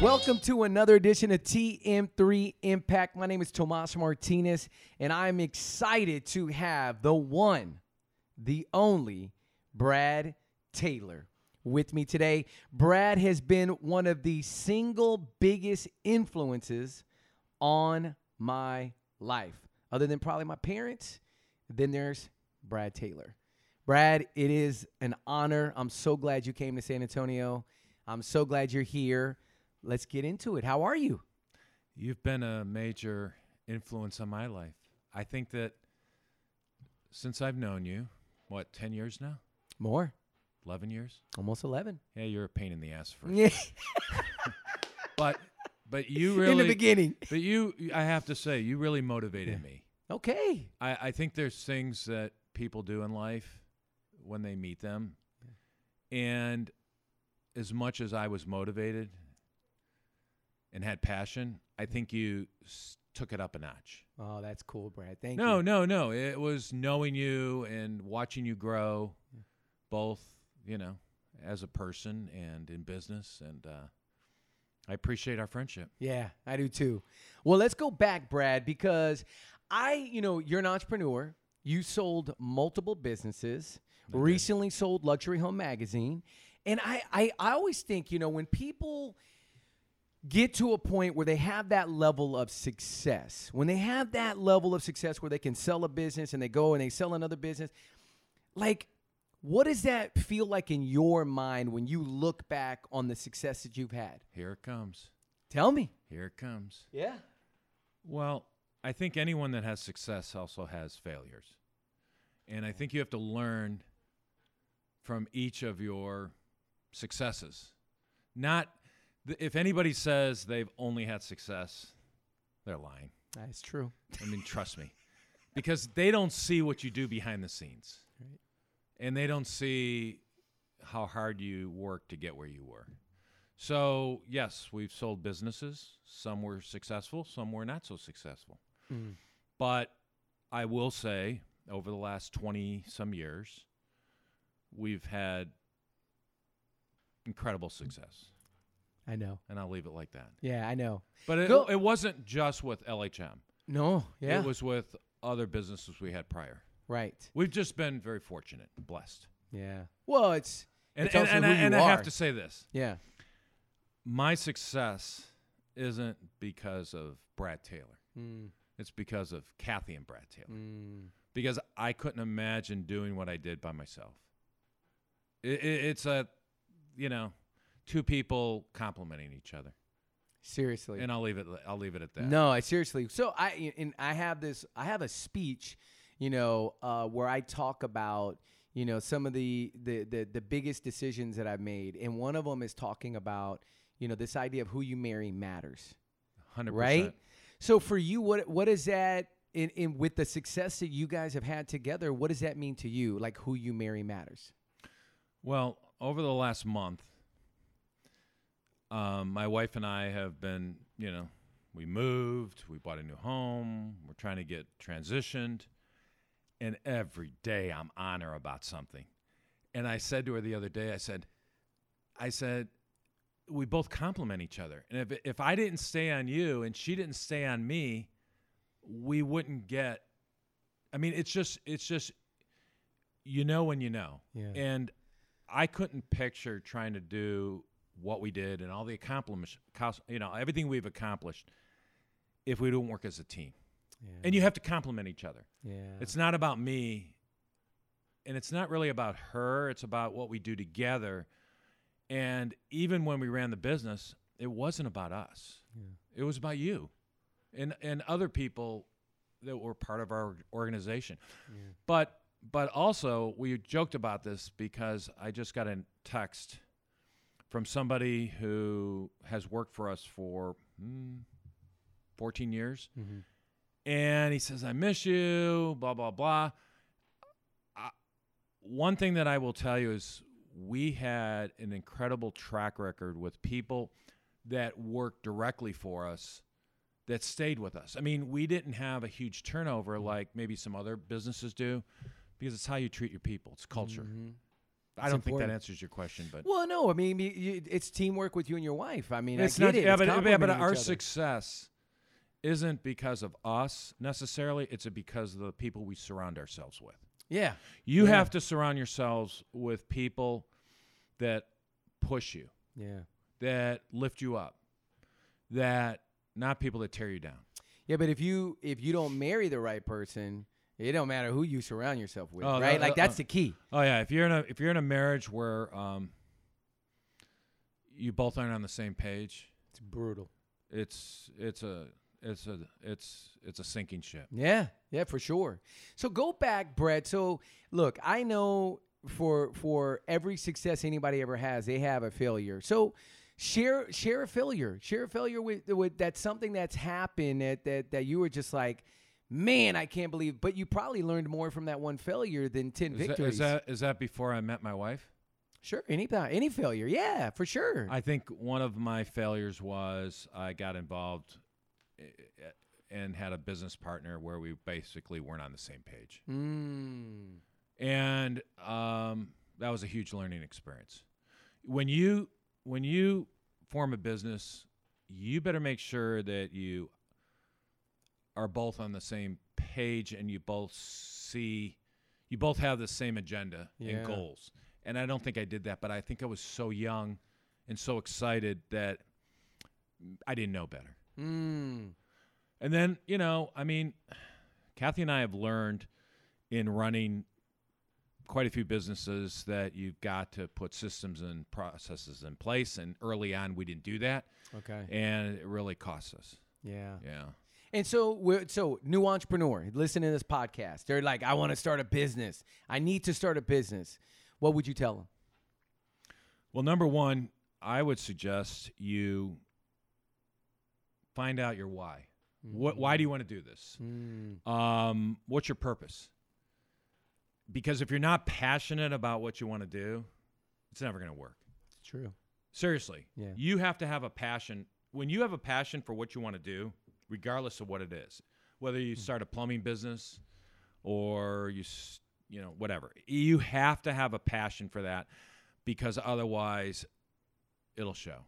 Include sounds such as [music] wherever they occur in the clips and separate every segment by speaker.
Speaker 1: Welcome to another edition of TM3 Impact. My name is Tomas Martinez, and I'm excited to have the one, the only Brad Taylor with me today. Brad has been one of the single biggest influences on my life, other than probably my parents. Then there's Brad Taylor. Brad, it is an honor. I'm so glad you came to San Antonio. I'm so glad you're here. Let's get into it. How are you?
Speaker 2: You've been a major influence on my life. I think that since I've known you, what, 10 years now?
Speaker 1: More,
Speaker 2: 11 years?
Speaker 1: almost 11. [laughs]
Speaker 2: Yeah, you're a pain in the ass for.
Speaker 1: Yeah,
Speaker 2: But
Speaker 1: [laughs]
Speaker 2: but you
Speaker 1: in the
Speaker 2: really
Speaker 1: beginning.
Speaker 2: but you I have to say, you really motivated me.
Speaker 1: Okay.
Speaker 2: I, I think there's things that people do in life when they meet them. And as much as I was motivated and had passion, I think you s- took it up a notch.
Speaker 1: Oh, that's cool, Brad. Thank
Speaker 2: no,
Speaker 1: you.
Speaker 2: no, no. It was knowing you and watching you grow, both, you know, as a person and in business. And uh, I appreciate our friendship.
Speaker 1: Yeah, I do too. Well, let's go back, Brad, because I, you know, you're an entrepreneur. You sold multiple businesses, recently sold Luxury Home Magazine. And I, I, I always think, you know, when people get to a point where they have that level of success, when they have that level of success where they can sell a business and they go and they sell another business, like what does that feel like in your mind when you look back on the success that you've had?
Speaker 2: Here it comes.
Speaker 1: Tell me.
Speaker 2: Here it comes.
Speaker 1: Yeah.
Speaker 2: Well, I think anyone that has success also has failures. And I think you have to learn from each of your successes. Not th- if anybody says they've only had success, they're lying.
Speaker 1: That's true.
Speaker 2: I mean, trust me, because they don't see what you do behind the scenes, and they don't see how hard you work to get where you were. So yes, we've sold businesses. Some were successful, some were not so successful.
Speaker 1: Mm.
Speaker 2: But I will say, over the last twenty some years, we've had incredible success,
Speaker 1: I know.
Speaker 2: and I'll leave it like that.
Speaker 1: Yeah, I know.
Speaker 2: But it,
Speaker 1: Go-
Speaker 2: it wasn't just with LHM.
Speaker 1: No, yeah.
Speaker 2: It was with other businesses we had prior.
Speaker 1: right.
Speaker 2: We've just been very fortunate, and blessed.
Speaker 1: Yeah. Well, it's
Speaker 2: And,
Speaker 1: It's
Speaker 2: and,
Speaker 1: also
Speaker 2: and,
Speaker 1: who
Speaker 2: I,
Speaker 1: you
Speaker 2: and I
Speaker 1: are.
Speaker 2: have to say this
Speaker 1: yeah.
Speaker 2: my success isn't because of Brad Taylor,
Speaker 1: Mm,
Speaker 2: it's because of Kathy and Brad Taylor.
Speaker 1: mm.
Speaker 2: Because I couldn't imagine doing what I did by myself. It, it, it's a, you know, two people complimenting each other.
Speaker 1: Seriously.
Speaker 2: And I'll leave it, I'll leave it at that.
Speaker 1: No, I seriously. So I and I have this. I have a speech, you know, uh, where I talk about you know some of the, the the the biggest decisions that I've made, and one of them is talking about you know this idea of who you marry matters.
Speaker 2: 100%.
Speaker 1: right? So for you, what what is that in, in with the success that you guys have had together? What does that mean to you? Like who you marry matters.
Speaker 2: Well, over the last month, um, my wife and I have been, you know, we moved, we bought a new home, we're trying to get transitioned, and every day I'm on her about something. And I said to her the other day, I said, I said, we both compliment each other, and if if I didn't stay on you and she didn't stay on me, we wouldn't get. I mean, it's just it's just, you know when you know,
Speaker 1: Yeah.
Speaker 2: and I couldn't picture trying to do what we did and all the accomplishments, you know, everything we've accomplished if we don't work as a team. And you have to compliment each other.
Speaker 1: yeah,
Speaker 2: It's not about me and it's not really about her, it's about what we do together. And even when we ran the business, it wasn't about us. It was about you and and other people that were part of our organization. But but also we joked about this because I just got a text from somebody who has worked for us for hmm, 14 years and he says, I miss you, blah, blah, blah. I- One thing that I will tell you is we had an incredible track record with people that worked directly for us that stayed with us. I mean, we didn't have a huge
Speaker 1: Mm-hmm.
Speaker 2: turnover like maybe some other businesses do because it's how you treat your people, it's culture. I don't think
Speaker 1: important.
Speaker 2: that answers your question, but
Speaker 1: Well, no, I mean you, you, it's teamwork with you and your wife. I mean,
Speaker 2: it's
Speaker 1: I get
Speaker 2: not.
Speaker 1: it.
Speaker 2: Yeah,
Speaker 1: It's
Speaker 2: but, yeah, but
Speaker 1: complementing each
Speaker 2: our
Speaker 1: other.
Speaker 2: success isn't because of us necessarily. It's because of the people we surround ourselves with.
Speaker 1: Yeah,
Speaker 2: You
Speaker 1: Yeah.
Speaker 2: have to surround yourselves with people that push you,
Speaker 1: yeah,
Speaker 2: that lift you up, that not people that tear you down.
Speaker 1: yeah. But if you if you don't marry the right person, it don't matter who you surround yourself with,
Speaker 2: Oh, no,
Speaker 1: right? like
Speaker 2: uh,
Speaker 1: that's
Speaker 2: uh.
Speaker 1: the key.
Speaker 2: Oh yeah, if you're in a if you're in a marriage where um, you both aren't on the same page,
Speaker 1: It's brutal.
Speaker 2: it's it's a it's a it's it's a sinking ship.
Speaker 1: Yeah, yeah, for sure. So go back, Brett. So look, I know for for every success anybody ever has, they have a failure. So share share a failure. Share a failure with with that's something that's happened that that, that you were just like, man, I can't believe. But you probably learned more from that one failure than ten
Speaker 2: Is that,
Speaker 1: victories.
Speaker 2: is that is that before I met my wife?
Speaker 1: sure, any pa- any failure, yeah, for sure.
Speaker 2: I think one of my failures was I got involved i- i- and had a business partner where we basically weren't on the same page,
Speaker 1: mm,
Speaker 2: and um, that was a huge learning experience. When you when you form a business, you better make sure that you are both on the same page and you both see you both have the same agenda
Speaker 1: Yeah.
Speaker 2: and goals. And I don't think I did that, but I think I was so young and so excited that I didn't know better.
Speaker 1: mm,
Speaker 2: And then, you know, I mean, Kathy and I have learned in running quite a few businesses that you've got to put systems and processes in place. And early on, we didn't do that.
Speaker 1: okay,
Speaker 2: And it really cost us.
Speaker 1: yeah.
Speaker 2: Yeah.
Speaker 1: And so, we're, so new entrepreneur, listen to this podcast. They're like, I want to start a business. I need to start a business. What would you tell them?
Speaker 2: Well, number one, I would suggest you find out your why. What, why do you want to do this?
Speaker 1: Hmm,
Speaker 2: Um, what's your purpose? Because if you're not passionate about what you want to do, it's never going to work.
Speaker 1: It's true.
Speaker 2: Seriously.
Speaker 1: Yeah.
Speaker 2: You have to have a passion. When you have a passion for what you want to do, regardless of what it is, whether you
Speaker 1: Hmm.
Speaker 2: start a plumbing business or you, s- you know, whatever, you have to have a passion for that because otherwise it'll show.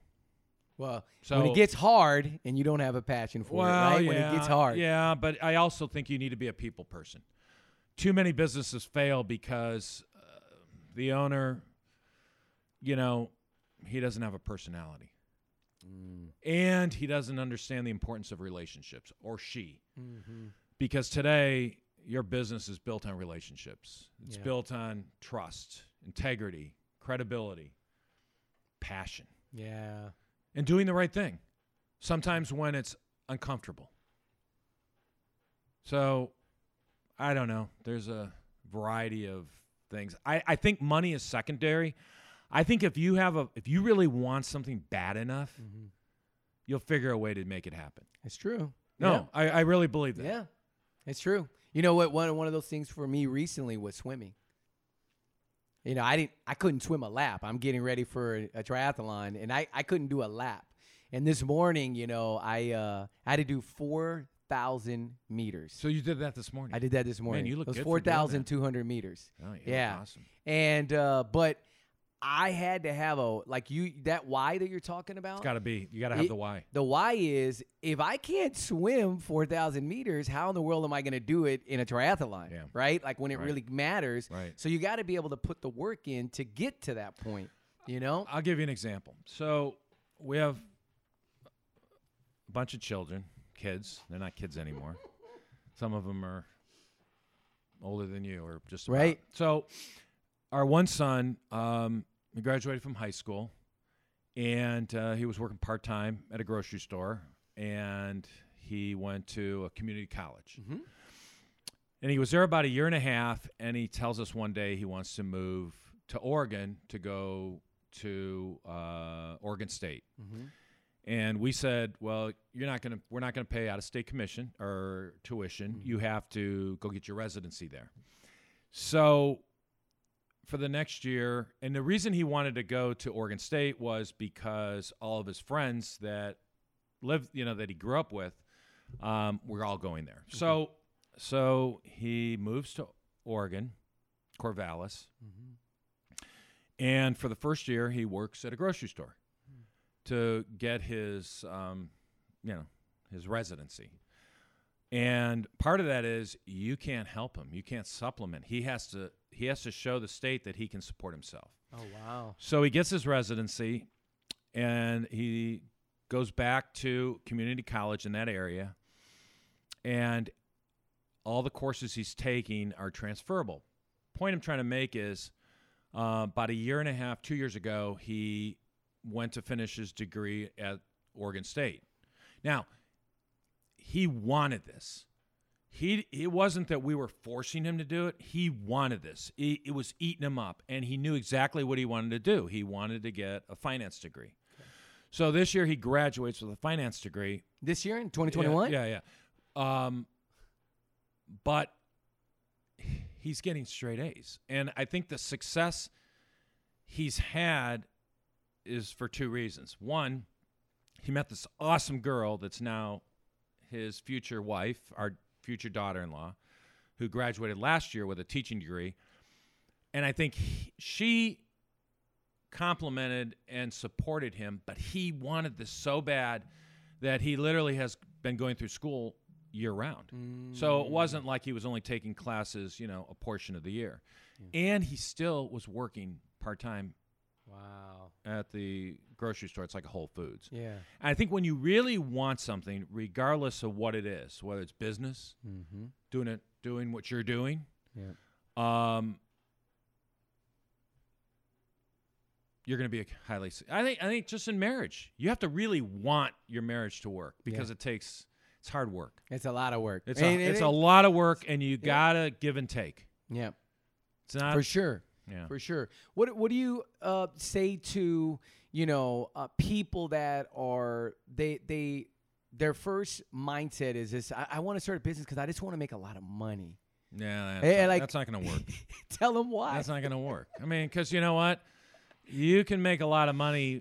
Speaker 1: Well,
Speaker 2: So
Speaker 1: when it gets hard and you don't have a passion for it, right? When it gets hard.
Speaker 2: Yeah, but I also think you need to be a people person. Too many businesses fail because uh, the owner, you know, he doesn't have a personality. And he doesn't understand the importance of relationships, or she.
Speaker 1: Mm-hmm,
Speaker 2: Because today, your business is built on relationships, it's
Speaker 1: Yeah.
Speaker 2: built on trust, integrity, credibility, passion,
Speaker 1: Yeah.
Speaker 2: and doing the right thing, sometimes when it's uncomfortable. So, I don't know. There's a variety of things. I, I think money is secondary. I think if you have a if you really want something bad enough,
Speaker 1: Mm. mm-hmm.
Speaker 2: you'll figure a way to make it happen.
Speaker 1: It's true.
Speaker 2: No, I, I really believe
Speaker 1: Yeah.
Speaker 2: that.
Speaker 1: yeah. It's true. You know what? One one of those things for me recently was swimming. You know, I didn't I couldn't swim a lap. I'm getting ready for a, a triathlon and I, I couldn't do a lap. And this morning, you know, I uh I had to do four thousand meters.
Speaker 2: So you did that this morning.
Speaker 1: I did that this morning.
Speaker 2: you
Speaker 1: it
Speaker 2: look
Speaker 1: was
Speaker 2: good
Speaker 1: four
Speaker 2: for doing that.
Speaker 1: thousand two hundred meters.
Speaker 2: Oh, yeah, that's awesome.
Speaker 1: And uh but I had to have a like you that why that you're talking about.
Speaker 2: It's got to be. You got to have
Speaker 1: It-
Speaker 2: the why.
Speaker 1: The why is if I can't swim 4,000 meters, how in the world am I going to do it in a triathlon?
Speaker 2: Yeah.
Speaker 1: Right? Like when it
Speaker 2: Right.
Speaker 1: really matters.
Speaker 2: Right.
Speaker 1: So you got to be able to put the work in to get to that point, you know?
Speaker 2: I'll give you an example. So we have a bunch of children, kids. They're not kids anymore. Some of them are older than you, or just about.
Speaker 1: Right.
Speaker 2: So our one son, um, he graduated from high school, and uh, he was working part time at a grocery store, and he went to a community college.
Speaker 1: Mhm.
Speaker 2: And he was there about a year and a half, and he tells us one day he wants to move to Oregon to go to uh, Oregon State.
Speaker 1: Mm-hmm.
Speaker 2: And we said, "Well, you're not going to. We're not going to pay out of state commission or tuition. You have to go get your residency there." So, for the next year, and the reason he wanted to go to Oregon State was because all of his friends that lived, you know, that he grew up with, um, we're all going there. So,
Speaker 1: Mm-hmm.
Speaker 2: so he moves to Oregon, Corvallis, And for the first year, he works at a grocery store to get his, um, you know, his residency. And part of that is you can't help him. You can't supplement. He has to he has to show the state that he can support himself.
Speaker 1: Oh wow.
Speaker 2: So he gets his residency and he goes back to community college in that area. And all the courses he's taking are transferable. Point I'm trying to make is uh, about a year and a half, two years ago, he went to finish his degree at Oregon State. Now, he wanted this. He it wasn't that we were forcing him to do it. He wanted this. It, it was eating him up, and he knew exactly what he wanted to do. He wanted to get a finance degree. So this year he graduates with a finance degree.
Speaker 1: This year in 2021?
Speaker 2: Yeah, yeah. yeah. Um, but he's getting straight A's, and I think the success he's had is for two reasons. One, he met this awesome girl that's now his future wife, our future daughter in law, who graduated last year with a teaching degree. And I think he- she complimented and supported him, but he wanted this so bad that he literally has been going through school year round.
Speaker 1: Mm.
Speaker 2: So it wasn't like he was only taking classes, you know, a portion of the year. And he still was working part time
Speaker 1: Wow.
Speaker 2: at the grocery store. It's like a Whole Foods.
Speaker 1: Yeah.
Speaker 2: And I think when you really want something, regardless of what it is, whether it's business,
Speaker 1: Mm-hmm.
Speaker 2: doing it, doing what you're doing,
Speaker 1: Yeah.
Speaker 2: um, you're going to be a highly. su- I think. I think just in marriage, you have to really want your marriage to work because it takes. It's hard work.
Speaker 1: It's a lot of work.
Speaker 2: It's
Speaker 1: And
Speaker 2: a,
Speaker 1: it
Speaker 2: it's
Speaker 1: is-
Speaker 2: a lot of work, and you gotta give and take.
Speaker 1: yeah,
Speaker 2: It's not.
Speaker 1: for sure.
Speaker 2: yeah.
Speaker 1: For sure. What what do you uh, say to you know uh, people that are they they their first mindset is this? I, I want to start a business because I just want to make a lot of money. [laughs]
Speaker 2: yeah. That's,
Speaker 1: Hey,
Speaker 2: not,
Speaker 1: like-
Speaker 2: that's not going to work.
Speaker 1: Tell them why.
Speaker 2: That's not going to work. I mean, because you know what, you can make a lot of money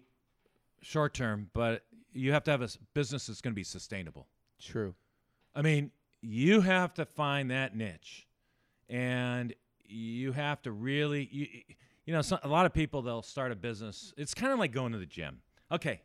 Speaker 2: short term, but you have to have a s- business that's going to be sustainable.
Speaker 1: True.
Speaker 2: I mean, you have to find that niche, and you have to really, you, you know, so, a lot of people they'll start a business. It's kind of like going to the gym. Okay,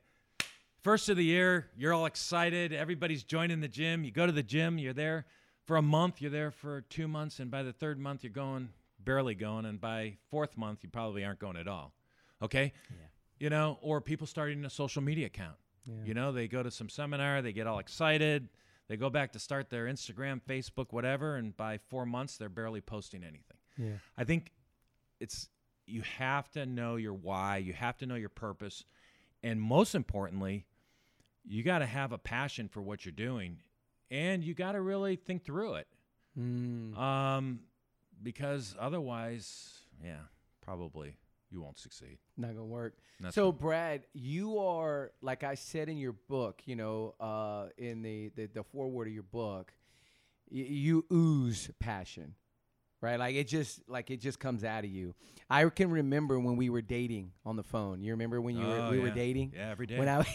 Speaker 2: first of the year, you're all excited. Everybody's joining the gym. You go to the gym. You're there for a month. You're there for two months, and by the third month, you're going barely going, and by fourth month, you probably aren't going at all. Okay,
Speaker 1: Yeah.
Speaker 2: you know, or people starting a social media account.
Speaker 1: Yeah.
Speaker 2: You know, they go to some seminar, they get all excited, they go back to start their Instagram, Facebook, whatever, and by four months they're barely posting anything.
Speaker 1: Yeah.
Speaker 2: I think it's you have to know your why, you have to know your purpose, and most importantly, you got to have a passion for what you're doing, and you got to really think through it,
Speaker 1: Mm.
Speaker 2: um, because otherwise, yeah, probably you won't succeed.
Speaker 1: Not gonna work.
Speaker 2: That's
Speaker 1: so, Brad, you are like I said in your book. You know, uh, in the the, the foreword of your book, y- you ooze passion, right? Like it just like it just comes out of you. I can remember when we were dating on the phone. You remember when you were,
Speaker 2: Oh,
Speaker 1: we were
Speaker 2: yeah.
Speaker 1: dating?
Speaker 2: Yeah, every day.
Speaker 1: When [laughs] I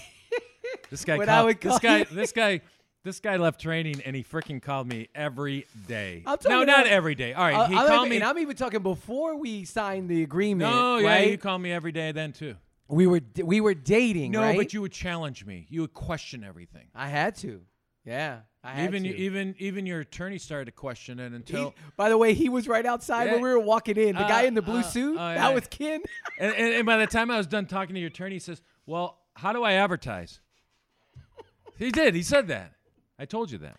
Speaker 2: This guy
Speaker 1: When I
Speaker 2: called,
Speaker 1: would call
Speaker 2: this guy
Speaker 1: you-
Speaker 2: this guy this guy left training and he freaking called me every day.
Speaker 1: I'm talking
Speaker 2: no, not
Speaker 1: about-
Speaker 2: every day. All right,
Speaker 1: I-
Speaker 2: he
Speaker 1: I'm
Speaker 2: called
Speaker 1: even-
Speaker 2: me.
Speaker 1: Oh, and I'm even talking before we signed the agreement.
Speaker 2: no, yeah,
Speaker 1: right?
Speaker 2: you called me every day then too.
Speaker 1: we were d- we were dating.
Speaker 2: No,
Speaker 1: right?
Speaker 2: but you would challenge me. You would question everything.
Speaker 1: I had to. Yeah, I had
Speaker 2: even
Speaker 1: to.
Speaker 2: even even your attorney started to question it until
Speaker 1: He- by the way, he was right outside
Speaker 2: Yeah.
Speaker 1: when we were walking in. The guy
Speaker 2: Uh,
Speaker 1: in the blue
Speaker 2: uh,
Speaker 1: suit,
Speaker 2: oh, yeah.
Speaker 1: that was Ken. [laughs]
Speaker 2: and, and, and by the time I was done talking to your attorney, he says, Well, how do I advertise? [laughs] he did. He said that. I told you that.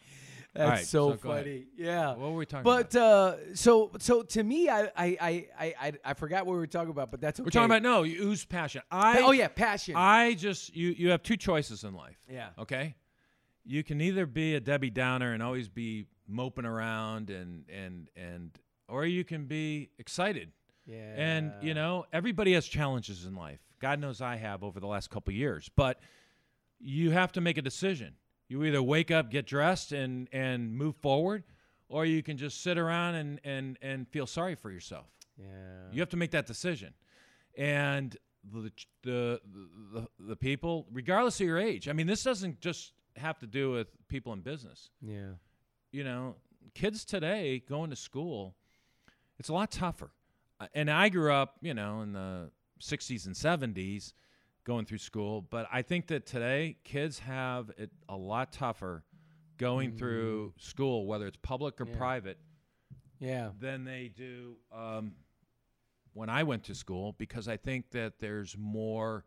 Speaker 1: That's
Speaker 2: right,
Speaker 1: so,
Speaker 2: so go ahead.
Speaker 1: funny. Yeah.
Speaker 2: What were we talking
Speaker 1: but uh, so so to me, I I, I I I I forgot what we were talking about, but that's okay.
Speaker 2: We're talking about no, you- who's passion. I
Speaker 1: oh yeah, passion.
Speaker 2: I just you you have two choices in life.
Speaker 1: Yeah.
Speaker 2: Okay? You can either be a Debbie Downer and always be moping around and and and or you can be excited.
Speaker 1: yeah.
Speaker 2: And you know, everybody has challenges in life. God knows I have over the last couple years, but you have to make a decision. You either wake up, get dressed and and move forward, or you can just sit around and and and feel sorry for yourself.
Speaker 1: Yeah.
Speaker 2: You have to make that decision, and the the the, the people, regardless of your age. I mean, this doesn't just have to do with people in business.
Speaker 1: yeah.
Speaker 2: You know, kids today going to school, it's a lot tougher. Uh, And I grew up, you know, in the 60s and 70s going through school. But I think that today kids have it a lot tougher going through school, whether it's public or
Speaker 1: Yeah.
Speaker 2: private,
Speaker 1: Yeah.
Speaker 2: than they do um, when I went to school because I think that there's more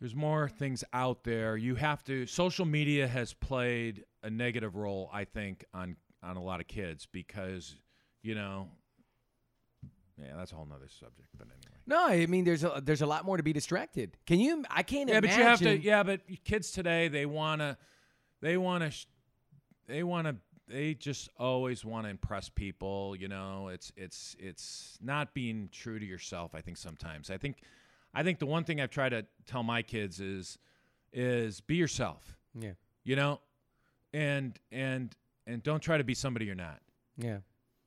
Speaker 2: there's more things out there. You have to social media has played a negative role, I think, on on a lot of kids because you know yeah, that's a whole nother subject, but anyway.
Speaker 1: No, I mean there's a there's a lot more to be distracted. Can you? I can't
Speaker 2: Yeah,
Speaker 1: imagine.
Speaker 2: but you have to. Yeah, but kids today they wanna, they wanna, sh- they wanna, they just always want to impress people. You know, it's it's it's not being true to yourself. I think sometimes. I think, I think the one thing I've tried to tell my kids is, is be yourself.
Speaker 1: Yeah.
Speaker 2: You know, and and and don't try to be somebody you're not.
Speaker 1: Yeah.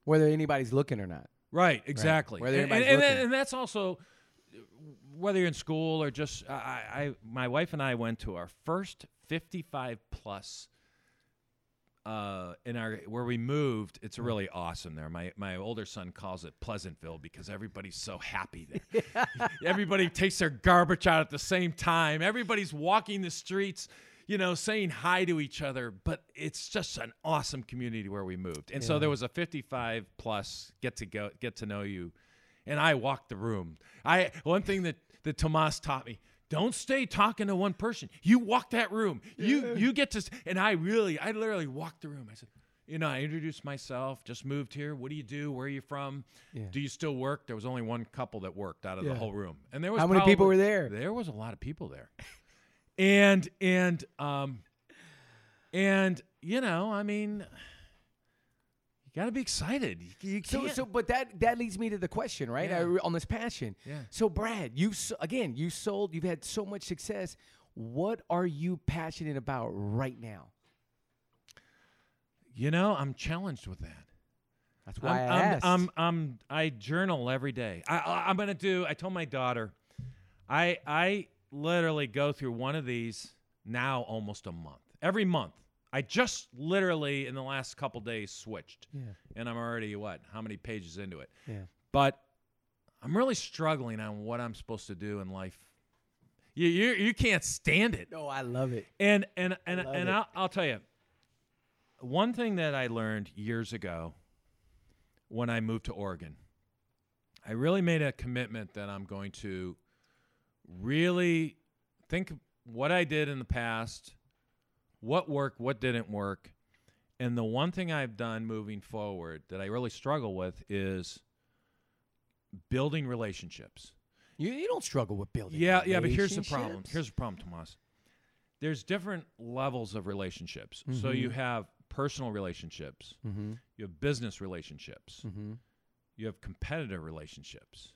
Speaker 1: Whether anybody's looking or not.
Speaker 2: Right, exactly.
Speaker 1: Whether
Speaker 2: and, and,
Speaker 1: anybody's
Speaker 2: and that-
Speaker 1: looking.
Speaker 2: and that's also uh, whether you're in school or just I, I, I- my wife and I went to our first 55 plus uh, in our where we moved. It's
Speaker 1: Mm-hmm.
Speaker 2: really awesome there. My my older son calls it Pleasantville because everybody's so happy
Speaker 1: [laughs]
Speaker 2: there. Everybody takes their garbage out at the same time. Everybody's walking the streets. You know, saying hi to each other, but it's just an awesome community where we moved. And so there was a 55 plus get to go get to know you and I walked the room. I one thing that that Tomas taught me: don't stay talking to one person. You walk that room. You you get to. s- And I really, I literally walked the room. I said, you know, I introduced myself. Just moved here. What do you do? Where are you from?
Speaker 1: Yeah.
Speaker 2: Do you still work? There was only one couple that worked out of
Speaker 1: Yeah.
Speaker 2: the whole room, and there was
Speaker 1: How many people were
Speaker 2: probably-
Speaker 1: there?
Speaker 2: There was a lot of people there, and and um, and you know, I mean. You gotta be excited. You, you
Speaker 1: So,
Speaker 2: can't-
Speaker 1: so, but that that leads me to the question, right?
Speaker 2: Yeah.
Speaker 1: I re- on this passion.
Speaker 2: Yeah.
Speaker 1: So, Brad, you s- again, you sold. You've had so much success. What are you passionate about right now?
Speaker 2: you know, I'm challenged with that.
Speaker 1: That's why
Speaker 2: I'm,
Speaker 1: I
Speaker 2: I'm,
Speaker 1: asked.
Speaker 2: I'm, I'm, I journal every day. I, I, I'm gonna do. I told my daughter, I, I literally go through one of these now almost a month. Every month, I just literally in the last couple days switched,
Speaker 1: yeah.
Speaker 2: and I'm already what? How many pages into it?
Speaker 1: Yeah.
Speaker 2: But I'm really struggling on what I'm supposed to do in life. You, you, you can't stand it.
Speaker 1: No, I love it.
Speaker 2: And and and
Speaker 1: Love
Speaker 2: and
Speaker 1: it.
Speaker 2: I'll, I'll tell you, one thing that I learned years ago when I moved to Oregon, I really made a commitment that I'm going to really think what I did in the past, what worked, what didn't work, and the one thing I've done moving forward that I really struggle with is building relationships.
Speaker 1: You, you don't struggle with building.
Speaker 2: Yeah, yeah, but here's the problem.
Speaker 1: relationships.
Speaker 2: Here's the problem, Tomas. There's different levels of relationships. So
Speaker 1: Mhm.
Speaker 2: you have personal relationships,
Speaker 1: Mhm,
Speaker 2: you have business relationships,
Speaker 1: mhm.
Speaker 2: you have competitor relationships.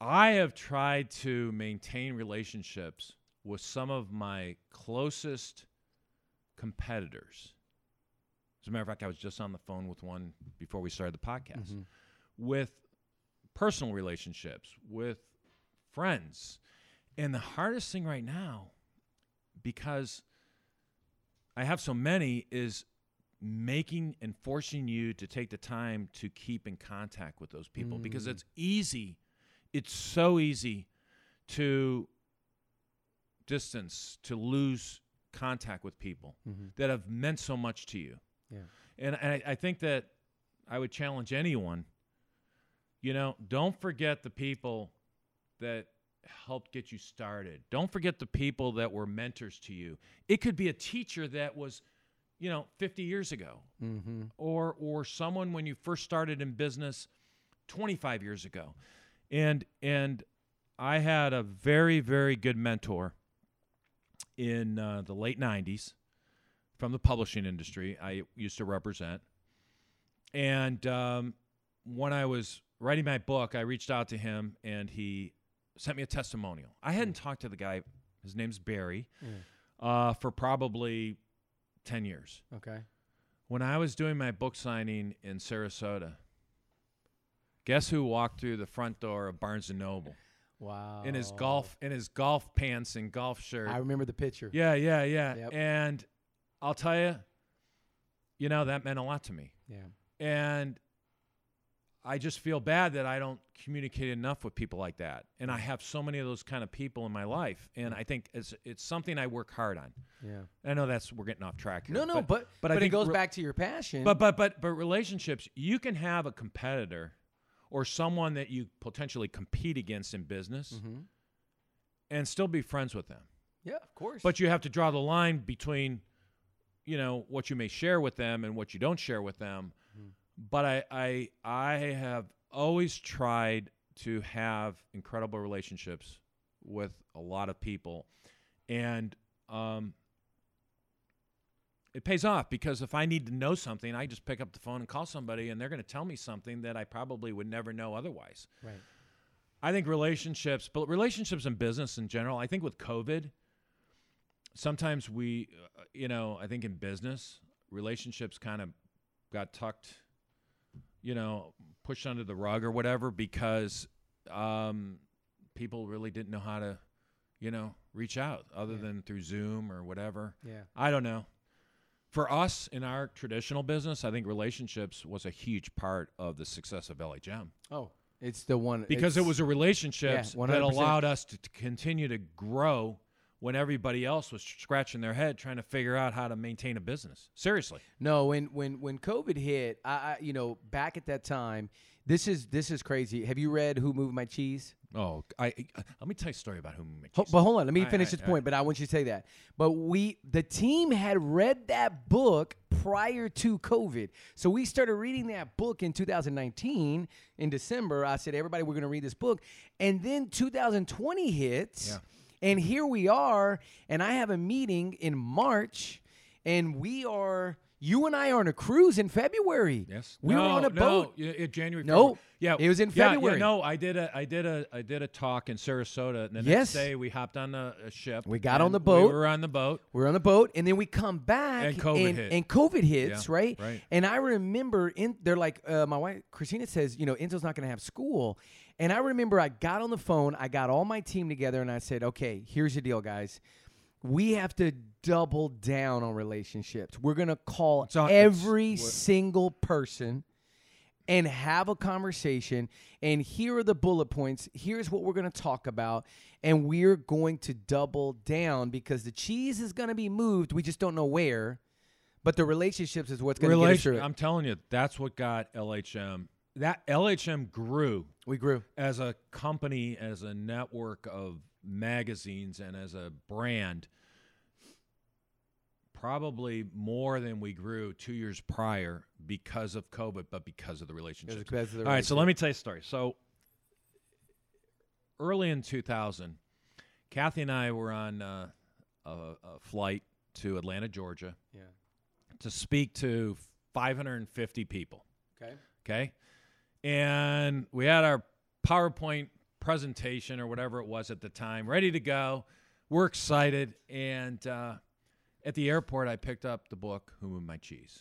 Speaker 2: I have tried to maintain relationships with some of my closest competitors. As a matter of fact, I was just on the phone with one before we started the podcast
Speaker 1: Mhm.
Speaker 2: with personal relationships, with friends. And the hardest thing right now, because I have so many, is making and forcing you to take the time to keep in contact with those people because
Speaker 1: Mm.
Speaker 2: it's easy. It's so easy to distance, to lose contact with people
Speaker 1: Mhm.
Speaker 2: that have meant so much to you.
Speaker 1: Yeah.
Speaker 2: And I, I think that I would challenge anyone, you know, don't forget the people that helped get you started. Don't forget the people that were mentors to you. It could be a teacher that was, you know, 50 years ago
Speaker 1: Mhm.
Speaker 2: or or someone when you first started in business 25 years ago. And and I had a very very good mentor in uh, the late 90s from the publishing industry I used to represent. And um, when I was writing my book, I reached out to him and he sent me a testimonial. I hadn't talked to the guy, his name's Barry,
Speaker 1: Mm.
Speaker 2: uh, for probably 10 years
Speaker 1: Okay.
Speaker 2: when I was doing my book signing in Sarasota, guess who walked through the front door of Barnes and Noble
Speaker 1: Wow.
Speaker 2: in his golf in his golf pants and golf shirt?
Speaker 1: Oh. I remember the picture.
Speaker 2: yeah, yeah, yeah.
Speaker 1: Yep.
Speaker 2: And I'll tell you, you know that meant a lot to me.
Speaker 1: Yeah.
Speaker 2: And I just feel bad that I don't communicate enough with people like that. And I
Speaker 1: Mm.
Speaker 2: have so many of those kind of people in my life. And I think it's it's something I work hard on.
Speaker 1: Yeah.
Speaker 2: I know that's we're getting off track here.
Speaker 1: No, no, but but,
Speaker 2: I
Speaker 1: it
Speaker 2: think
Speaker 1: goes
Speaker 2: re-
Speaker 1: back to your passion.
Speaker 2: But but but but relationships, you can have a competitor or someone that you potentially compete against in business
Speaker 1: Mhm.
Speaker 2: and still be friends with them.
Speaker 1: yeah, of course.
Speaker 2: But you have to draw the line between, you know, what you may share with them and what you don't share with them. But I, I, I have always tried to have incredible relationships with a lot of people, and um, it pays off because if I need to know something, I just pick up the phone and call somebody, and they're going to tell me something that I probably would never know otherwise.
Speaker 1: right.
Speaker 2: I think relationships, but relationships and business in general, I think with COVID, sometimes we, uh, you know, I think in business, relationships kind of got tucked, you know, pushed under the rug or whatever because um, people really didn't know how to, you know, reach out other
Speaker 1: Yeah.
Speaker 2: than through Zoom or whatever.
Speaker 1: Yeah.
Speaker 2: I don't know. For us in our traditional business, I think relationships was a huge part of the success of LHM
Speaker 1: Oh, it's the one
Speaker 2: because it
Speaker 1: it's-
Speaker 2: was a relationship
Speaker 1: Yeah, 100%.
Speaker 2: that allowed us to, to continue to grow when everybody else was scratching their head trying to figure out how to maintain a business. Seriously,
Speaker 1: No, when when when COVID hit, I, I you know back at that time, this is this is crazy. Have you read Who Moved My Cheese?
Speaker 2: oh, I, I- let me tell you a story about who. Mickey's.
Speaker 1: Ho- but hold on, let me
Speaker 2: All right,
Speaker 1: finish
Speaker 2: all
Speaker 1: this
Speaker 2: right, all
Speaker 1: point. But I want you to say that. But we, the team, had read that book prior to COVID, so we started reading that book in 2019 in December. I said, everybody, we're going to read this book, and then 2020 hits,
Speaker 2: Yeah.
Speaker 1: and here we are. And I have a meeting in March, and we are. You and I are on a cruise in February.
Speaker 2: Yes,
Speaker 1: we
Speaker 2: no,
Speaker 1: were on a
Speaker 2: no,
Speaker 1: boat.
Speaker 2: y- y- January.
Speaker 1: No,
Speaker 2: February. yeah,
Speaker 1: it was in
Speaker 2: yeah, yeah,
Speaker 1: February.
Speaker 2: no, I did a, I did a, I did a talk in Sarasota, and the
Speaker 1: Yes.
Speaker 2: next day we hopped on a, a ship.
Speaker 1: We got on
Speaker 2: and
Speaker 1: the boat.
Speaker 2: We were on the boat.
Speaker 1: We're on a boat, and then we come back,
Speaker 2: And COVID
Speaker 1: and,
Speaker 2: hit.
Speaker 1: and COVID hits,
Speaker 2: Yeah,
Speaker 1: right?
Speaker 2: right.
Speaker 1: And I remember, in they're like, uh, my wife Christina says, you know, Enzo's not going to have school, and I remember I got on the phone, I got all my team together, and I said, okay, here's the deal, guys, we have to double down on relationships. We're going to call
Speaker 2: It's on- it's-
Speaker 1: every single person and have a conversation. And here are the bullet points. Here's what we're going to talk about. And we're going to double down because the cheese is going to be moved. We just don't know where. But the relationships is what's going to get us through
Speaker 2: Relation.
Speaker 1: it.
Speaker 2: I'm telling you, that's what got LHM. That LHM grew
Speaker 1: We grew.
Speaker 2: as a company, as a network of magazines, and as a brand, probably more than we grew two years prior because of COVID, but because of the relationship.
Speaker 1: Because of the
Speaker 2: All right, so let me tell you a story. So early in 2000, Kathy and I were on uh, a, a flight to Atlanta, Georgia,
Speaker 1: Yeah.
Speaker 2: to speak to 550 people.
Speaker 1: Okay.
Speaker 2: Okay. And we had our PowerPoint presentation or whatever it was at the time ready to go. We're excited. And uh, at the airport, I picked up the book, Who Moved My Cheese.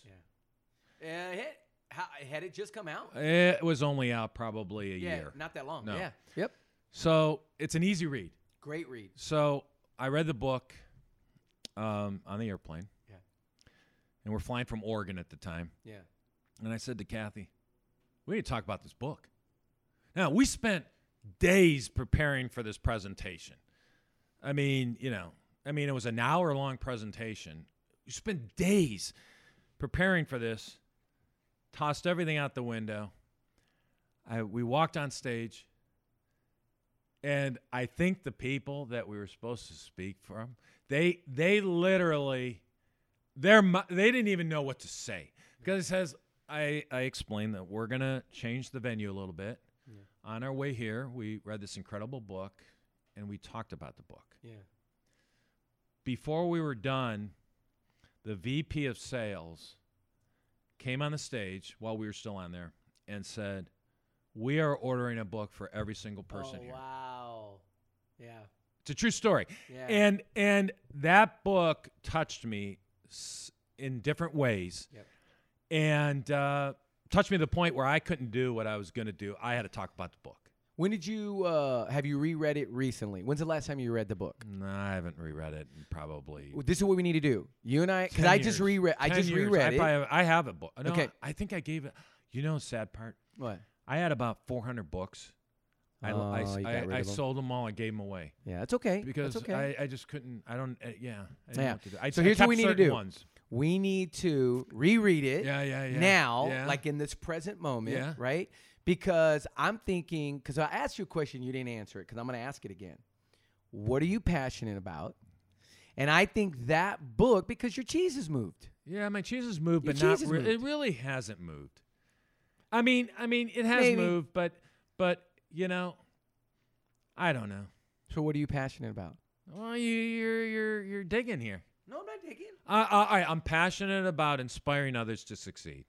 Speaker 1: Uh, hit. How, had it just come out?
Speaker 2: It was only out probably a year.
Speaker 1: Not that long.
Speaker 2: No.
Speaker 1: Yeah. Yep.
Speaker 2: So it's an easy read.
Speaker 1: Great read.
Speaker 2: So I read the book um, on the airplane.
Speaker 1: Yeah.
Speaker 2: And we're flying from Oregon at the time.
Speaker 1: Yeah.
Speaker 2: And I said to Kathy, we need to talk about this book. Now, we spent days preparing for this presentation. I mean, you know, I mean, it was an hour long presentation. We spent days preparing for this, tossed everything out the window. I, we walked on stage, and I think the people that we were supposed to speak from, they, they literally their mi- they didn't even know what to say because it says I I explained that we're gonna change the venue a little bit.
Speaker 1: Yeah.
Speaker 2: On our way here, we read this incredible book, and we talked about the book.
Speaker 1: Yeah.
Speaker 2: Before we were done, the VP of sales came on the stage while we were still on there and said, "We are ordering a book for every single person here."
Speaker 1: Oh, wow. Yeah.
Speaker 2: It's a true story.
Speaker 1: Yeah.
Speaker 2: and and that book touched me s- in different ways
Speaker 1: Yep.
Speaker 2: and uh, touched me to the point where i couldn't do what i was going to do i had to talk about the book
Speaker 1: When did you uh, have you reread it recently? When's the last time you read the book?
Speaker 2: no, i haven't reread it in probably
Speaker 1: Well, This is what we need to do. You and I, because
Speaker 2: 10
Speaker 1: I just
Speaker 2: years.
Speaker 1: reread. I
Speaker 2: 10
Speaker 1: just
Speaker 2: years.
Speaker 1: reread
Speaker 2: I
Speaker 1: it.
Speaker 2: probably have, I have a book no,
Speaker 1: Okay.
Speaker 2: i think i gave it you know sad part
Speaker 1: What?
Speaker 2: I had about 400 books. I,
Speaker 1: Oh,
Speaker 2: I,
Speaker 1: you got
Speaker 2: I,
Speaker 1: rid of
Speaker 2: I
Speaker 1: them.
Speaker 2: sold them all. I gave them away
Speaker 1: Yeah, it's okay.
Speaker 2: because
Speaker 1: it's okay.
Speaker 2: I, I just couldn't. I don't. Uh, yeah. I didn't
Speaker 1: Yeah.
Speaker 2: know what to do. I,
Speaker 1: So
Speaker 2: I
Speaker 1: here's what
Speaker 2: kept
Speaker 1: we need to
Speaker 2: certain
Speaker 1: do.
Speaker 2: Ones.
Speaker 1: we need to reread it.
Speaker 2: Yeah, yeah, yeah.
Speaker 1: now,
Speaker 2: Yeah.
Speaker 1: like in this present moment,
Speaker 2: Yeah.
Speaker 1: right? Because I'm thinking, because I asked you a question, you didn't answer it, because I'm going to ask it again. What are you passionate about? And I think that book, because your cheese has moved.
Speaker 2: Yeah, my cheese has moved,
Speaker 1: Your
Speaker 2: but not.
Speaker 1: cheese has
Speaker 2: Re- It
Speaker 1: moved.
Speaker 2: really hasn't moved. I mean, I mean, it has
Speaker 1: Maybe.
Speaker 2: moved, but but you know, I don't know.
Speaker 1: So, what are you passionate about?
Speaker 2: Well, you you're you're you're digging here.
Speaker 1: No, I'm not digging.
Speaker 2: I, I I- I'm passionate about inspiring others to succeed.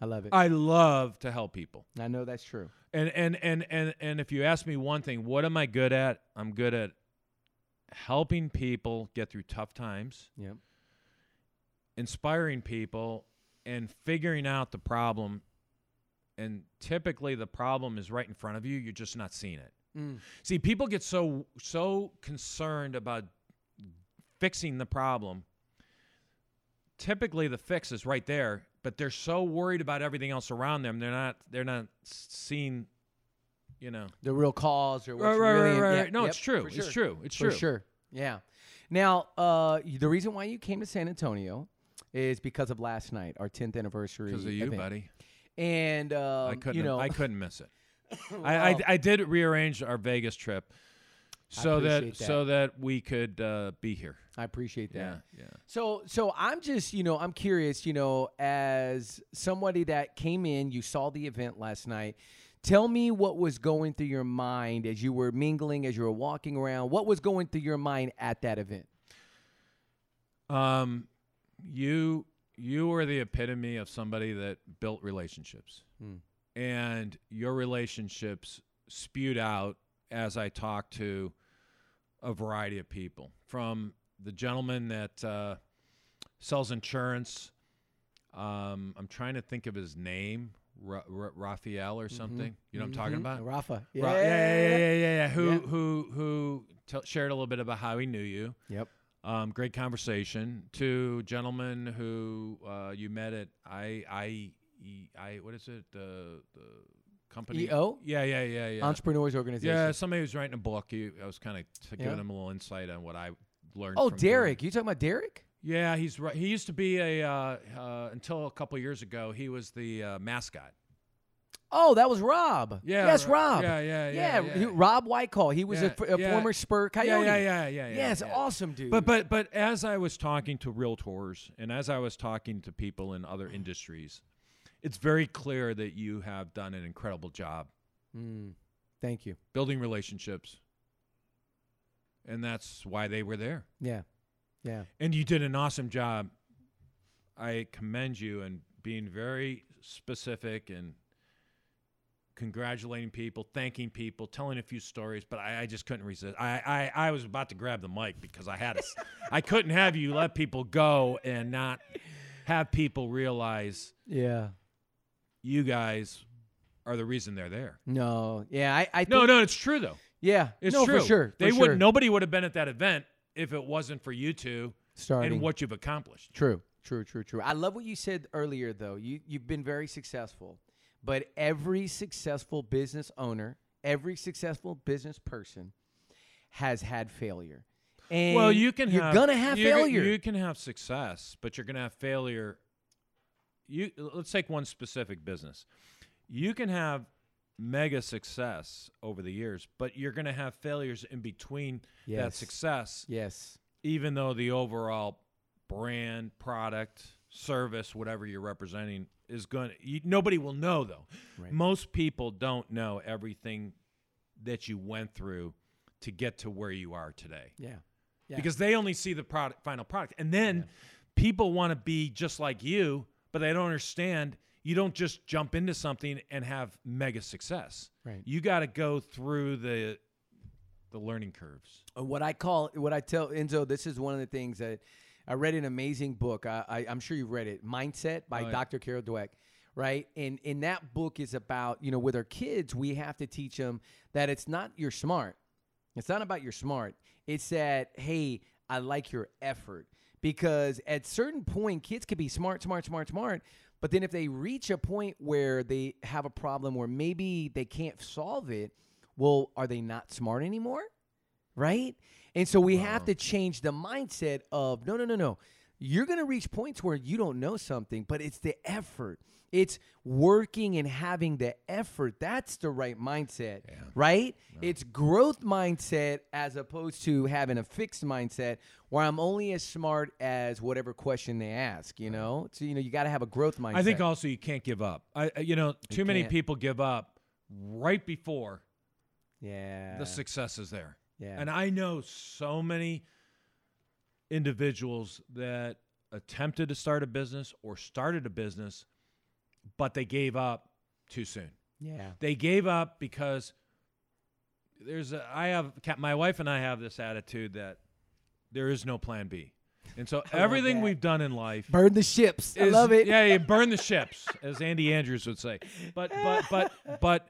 Speaker 1: I love it.
Speaker 2: I love to help people.
Speaker 1: I know that's true.
Speaker 2: And and and and and if you ask me one thing, what am I good at? I'm good at helping people get through tough times,
Speaker 1: Yep.
Speaker 2: inspiring people and figuring out the problem. And typically the problem is right in front of you, you're just not seeing it.
Speaker 1: Mm.
Speaker 2: See, people get so so concerned about fixing the problem. Typically, the fix is right there, but they're so worried about everything else around them. They're not they're not s- seeing, you know.
Speaker 1: The real cause or what's really in- yeah,
Speaker 2: No,
Speaker 1: yep,
Speaker 2: it's true.
Speaker 1: for
Speaker 2: It's
Speaker 1: sure.
Speaker 2: true. It's
Speaker 1: For
Speaker 2: true.
Speaker 1: sure. Yeah. Now, uh, y- the reason why you came to San Antonio is because of last night, our 10th anniversary.
Speaker 2: Because of you,
Speaker 1: event.
Speaker 2: buddy.
Speaker 1: And um,
Speaker 2: I couldn't.
Speaker 1: you [laughs] know,
Speaker 2: I [laughs] couldn't miss it. I, I
Speaker 1: Wow.
Speaker 2: I did rearrange our Vegas trip, so that,
Speaker 1: appreciate that.
Speaker 2: so that we could uh, be here.
Speaker 1: I appreciate that.
Speaker 2: Yeah, yeah.
Speaker 1: So, so I'm just, you know, I'm curious, you know, as somebody that came in, you saw the event last night. Tell me what was going through your mind as you were mingling, as you were walking around. What was going through your mind at that event?
Speaker 2: Um, you you are the epitome of somebody that built relationships,
Speaker 1: Hmm.
Speaker 2: and your relationships spewed out as I talked to a variety of people, from the gentleman that uh, sells insurance. Um, I'm trying to think of his name, Ra- Ra- Raphael or
Speaker 1: Mm-hmm.
Speaker 2: something. You know what I'm talking
Speaker 1: Mhm.
Speaker 2: about?
Speaker 1: Rafa. Yeah.
Speaker 2: Ra- yeah, yeah, yeah, yeah, yeah. Who
Speaker 1: Yeah.
Speaker 2: who who t- shared a little bit about how he knew you
Speaker 1: Yep.
Speaker 2: um, great conversation. Two gentlemen who uh, you met at I I E I what is it the the company
Speaker 1: EO?
Speaker 2: yeah yeah yeah yeah
Speaker 1: Entrepreneurs organization.
Speaker 2: yeah somebody who's writing a book. He, I was kind of t-
Speaker 1: Yeah.
Speaker 2: giving him a little insight on what I learned.
Speaker 1: Oh,
Speaker 2: from doing-
Speaker 1: Derek. You talking about Derek?
Speaker 2: Yeah, he's right. He used to be a uh, uh, until a couple years ago. He was the uh, mascot.
Speaker 1: Oh, that was Rob.
Speaker 2: Yeah,
Speaker 1: Yes,
Speaker 2: Ro-
Speaker 1: Rob.
Speaker 2: yeah, yeah,
Speaker 1: Yeah,
Speaker 2: yeah,
Speaker 1: he-
Speaker 2: yeah.
Speaker 1: Rob Whitecall. He was a
Speaker 2: Yeah,
Speaker 1: f- a,
Speaker 2: yeah.
Speaker 1: former Spur Coyote.
Speaker 2: Yeah, yeah, yeah, yeah, yeah.
Speaker 1: Yes,
Speaker 2: yeah.
Speaker 1: awesome, dude.
Speaker 2: But but but as I was talking to realtors and as I was talking to people in other industries, it's very clear that you have done an incredible job
Speaker 1: Mm, thank you.
Speaker 2: building relationships. And that's why they were there.
Speaker 1: Yeah, yeah.
Speaker 2: And you did an awesome job. I commend you and being very specific and congratulating people, thanking people, telling a few stories, but I, I just couldn't resist. I, I, I was about to grab the mic because I had
Speaker 1: [laughs]
Speaker 2: a, s- I couldn't have you let people go and not have people realize
Speaker 1: Yeah.
Speaker 2: you guys are the reason they're there.
Speaker 1: No. Yeah. I. I
Speaker 2: No,
Speaker 1: think-
Speaker 2: no, it's true though.
Speaker 1: Yeah.
Speaker 2: It's
Speaker 1: no,
Speaker 2: true.
Speaker 1: For sure.
Speaker 2: They
Speaker 1: for
Speaker 2: would
Speaker 1: sure.
Speaker 2: nobody would have been at that event if it wasn't for you two
Speaker 1: Starting.
Speaker 2: and what you've accomplished.
Speaker 1: True. True. True. True. I love what you said earlier, though. You you've been very successful, but every successful business owner, every successful business person, has had failure. And
Speaker 2: well, you can.
Speaker 1: You're
Speaker 2: have,
Speaker 1: gonna have
Speaker 2: you can-
Speaker 1: failure.
Speaker 2: you can have success, but you're gonna have failure. You let's take one specific business. You can have mega success over the years, but you're gonna have failures in between that
Speaker 1: Yes.
Speaker 2: success,
Speaker 1: yes.
Speaker 2: even though the overall brand, product, service, whatever you're representing is gonna. You, nobody will know though.
Speaker 1: Right.
Speaker 2: Most people don't know everything that you went through to get to where you are today
Speaker 1: Yeah. Yeah.
Speaker 2: because they only see the product final product and then people want to be just like you but they don't understand you don't just jump into something and have mega success
Speaker 1: Right.
Speaker 2: you got to go through the the learning curves
Speaker 1: Uh, what I call what I tell Enzo. This is one of the things that I read an amazing book. I, I I'm sure you've read it, Mindset by
Speaker 2: Oh, yeah.
Speaker 1: Dr. Carol Dweck. Right, and and that book is about you know with our kids we have to teach them that it's not you're smart, it's not about you're smart. It's that hey. I like your effort because at certain point kids could be smart, smart, smart, smart, but then if they reach a point where they have a problem where maybe they can't solve it, well, are they not smart anymore? Right? And so we have
Speaker 2: Wow.
Speaker 1: to change the mindset of no, no, no, no. You're going to reach points where you don't know something, but it's the effort. It's working and having the effort. That's the right mindset,
Speaker 2: Yeah.
Speaker 1: right? It's growth mindset as opposed to having a fixed mindset where I'm only as smart as whatever question they ask, you know? So, you know, you got to have a growth mindset.
Speaker 2: I think also you can't give up. I, I- you know, too many
Speaker 1: can't.
Speaker 2: people give up right before
Speaker 1: yeah.
Speaker 2: the success is there.
Speaker 1: yeah.
Speaker 2: And I know so many individuals that attempted to start a business or started a business, but they gave up too soon.
Speaker 1: yeah.
Speaker 2: They gave up because there's a, I have ca- my wife and I have this attitude that there is no plan B.
Speaker 1: [laughs]
Speaker 2: And so
Speaker 1: love
Speaker 2: everything
Speaker 1: that.
Speaker 2: we've done in life
Speaker 1: Burn the ships. I
Speaker 2: is-
Speaker 1: love it. [laughs]
Speaker 2: Yeah, you burn the ships, as Andy Andrews would say. But but but but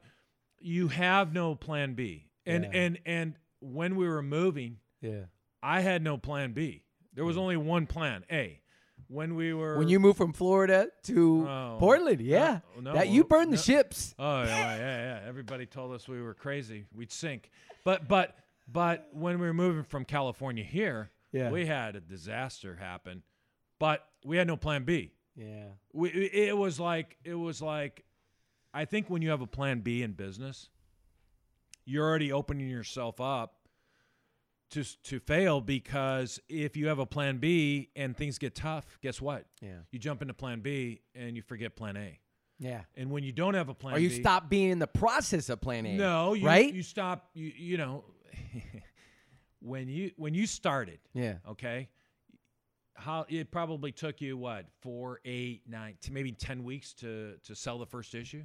Speaker 2: you have no plan B. And
Speaker 1: Yeah.
Speaker 2: and and when we were moving,
Speaker 1: Yeah.
Speaker 2: I had no plan B. There was only one plan A. When we were
Speaker 1: Hmm. When you moved from Florida to
Speaker 2: Oh,
Speaker 1: Portland, yeah.
Speaker 2: no,
Speaker 1: that you burned the
Speaker 2: no.
Speaker 1: ships.
Speaker 2: oh yeah yeah yeah everybody told us we were crazy we'd sink. But but but when we were moving from California here,
Speaker 1: Yeah.
Speaker 2: we had a disaster happen, but we had no plan B.
Speaker 1: Yeah.
Speaker 2: we, it was like it was like i think when you have a plan b in business you're already opening yourself up to s- to fail because if you have a plan b and things get tough guess what
Speaker 1: Yeah.
Speaker 2: you jump into plan b and you forget plan a
Speaker 1: Yeah.
Speaker 2: and when you don't have a plan
Speaker 1: Or you
Speaker 2: B-
Speaker 1: stop being in the process of planning.
Speaker 2: no you,
Speaker 1: right?
Speaker 2: you stop you, you know [laughs] when you when you started
Speaker 1: yeah.
Speaker 2: okay how it probably took you what four eight nine t- maybe ten weeks to to sell the first issue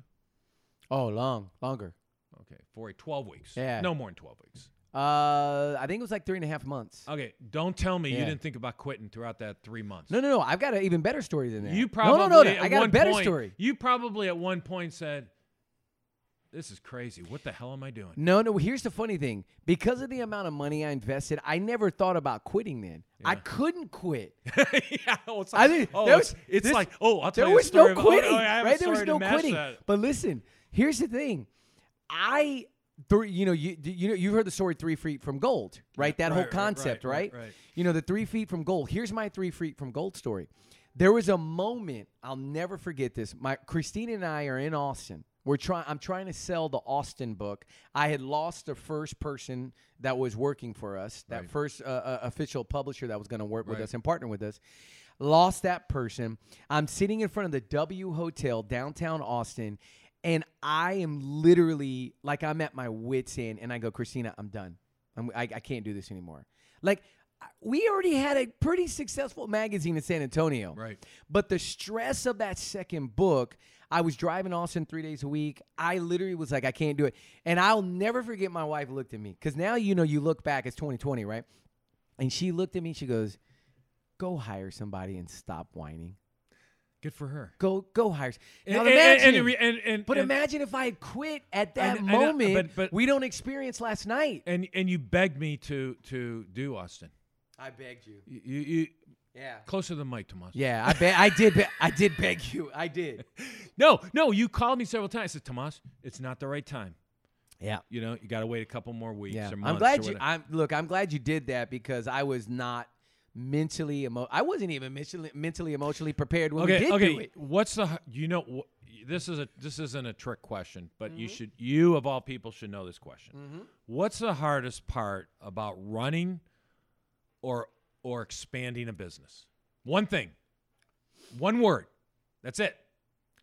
Speaker 1: Oh, long, longer.
Speaker 2: okay four eight 12 weeks
Speaker 1: Yeah.
Speaker 2: no more than 12 weeks
Speaker 1: Uh, I think it was like three and a half months.
Speaker 2: okay don't tell me you
Speaker 1: Yeah.
Speaker 2: didn't think about quitting throughout that three months
Speaker 1: no, no, no. I've got an even better story than that.
Speaker 2: you probably
Speaker 1: no, no, no.
Speaker 2: at
Speaker 1: I got a
Speaker 2: one
Speaker 1: better
Speaker 2: point-
Speaker 1: story.
Speaker 2: you probably at one point said this is crazy what the hell am i doing
Speaker 1: No, no. Here's the funny thing. Because of the amount of money I invested, I never thought about quitting. Then I
Speaker 2: Yeah.
Speaker 1: couldn't quit.
Speaker 2: [laughs] yeah, well, it's like,
Speaker 1: I didn't-
Speaker 2: oh,
Speaker 1: there
Speaker 2: it's,
Speaker 1: was-
Speaker 2: it's
Speaker 1: this-
Speaker 2: like oh i'll tell
Speaker 1: there
Speaker 2: you a
Speaker 1: was
Speaker 2: story
Speaker 1: no
Speaker 2: about- oh,
Speaker 1: quitting,
Speaker 2: I have a
Speaker 1: right? There was
Speaker 2: story to
Speaker 1: no
Speaker 2: match
Speaker 1: quitting.
Speaker 2: that.
Speaker 1: But listen, here's the thing. I, three, you know, you you know, you've heard the story three feet from gold, right? That
Speaker 2: right,
Speaker 1: whole
Speaker 2: right,
Speaker 1: concept, right,
Speaker 2: right, right, right.
Speaker 1: You know, the three feet from gold. Here's my three feet from gold story. There was a moment I'll never forget. This, my Christine and I are in Austin. We're trying. I'm trying to sell the Austin book. I had lost the first person that was working for us, that
Speaker 2: Right.
Speaker 1: first uh, uh, official publisher that was going to work with
Speaker 2: Right.
Speaker 1: us and partner with us. Lost that person. I'm sitting in front of the W Hotel downtown Austin, and I am literally like I'm at my wits end, and I go, Christina, I'm done. I'm, I, I can't do this anymore. Like I- we already had a pretty successful magazine in San Antonio,
Speaker 2: right
Speaker 1: but the stress of that second book, I was driving Austin three days a week. I literally was like, I can't do it. And I'll never forget my wife looked at me because now, you know, you look back, it's 2020, right? And she looked at me, she goes, Go hire somebody and stop whining.
Speaker 2: good for her
Speaker 1: Go, go hire. s- Now
Speaker 2: And- and-
Speaker 1: imagine,
Speaker 2: and, and, and, and-
Speaker 1: but
Speaker 2: and-
Speaker 1: imagine if I had quit at
Speaker 2: I
Speaker 1: that
Speaker 2: kn- I know,
Speaker 1: moment.
Speaker 2: but- but-
Speaker 1: we don't experience last night.
Speaker 2: and and you begged me to to do Austin.
Speaker 1: I begged you.
Speaker 2: You, you, you
Speaker 1: Yeah.
Speaker 2: closer to the mic, Tomas.
Speaker 1: Yeah, I be- I did. Be- I did beg you. I did.
Speaker 2: No, no, you called me several times. I said, Tomas, it's not the right time.
Speaker 1: Yeah.
Speaker 2: You know, you got to wait a couple more weeks.
Speaker 1: Yeah,
Speaker 2: or months
Speaker 1: I'm
Speaker 2: or
Speaker 1: glad you.
Speaker 2: whatever.
Speaker 1: I'm look. I'm glad you did that because I was not mentally. Emo- I wasn't even mentally, mentally emotionally prepared when we
Speaker 2: okay,
Speaker 1: did
Speaker 2: okay.
Speaker 1: do it.
Speaker 2: What's the h- you know wh- this is a this isn't a trick question, but you
Speaker 1: Mm-hmm.
Speaker 2: should you of all people should know this question. What's the hardest part about running or or expanding a business? One thing. One word. That's it.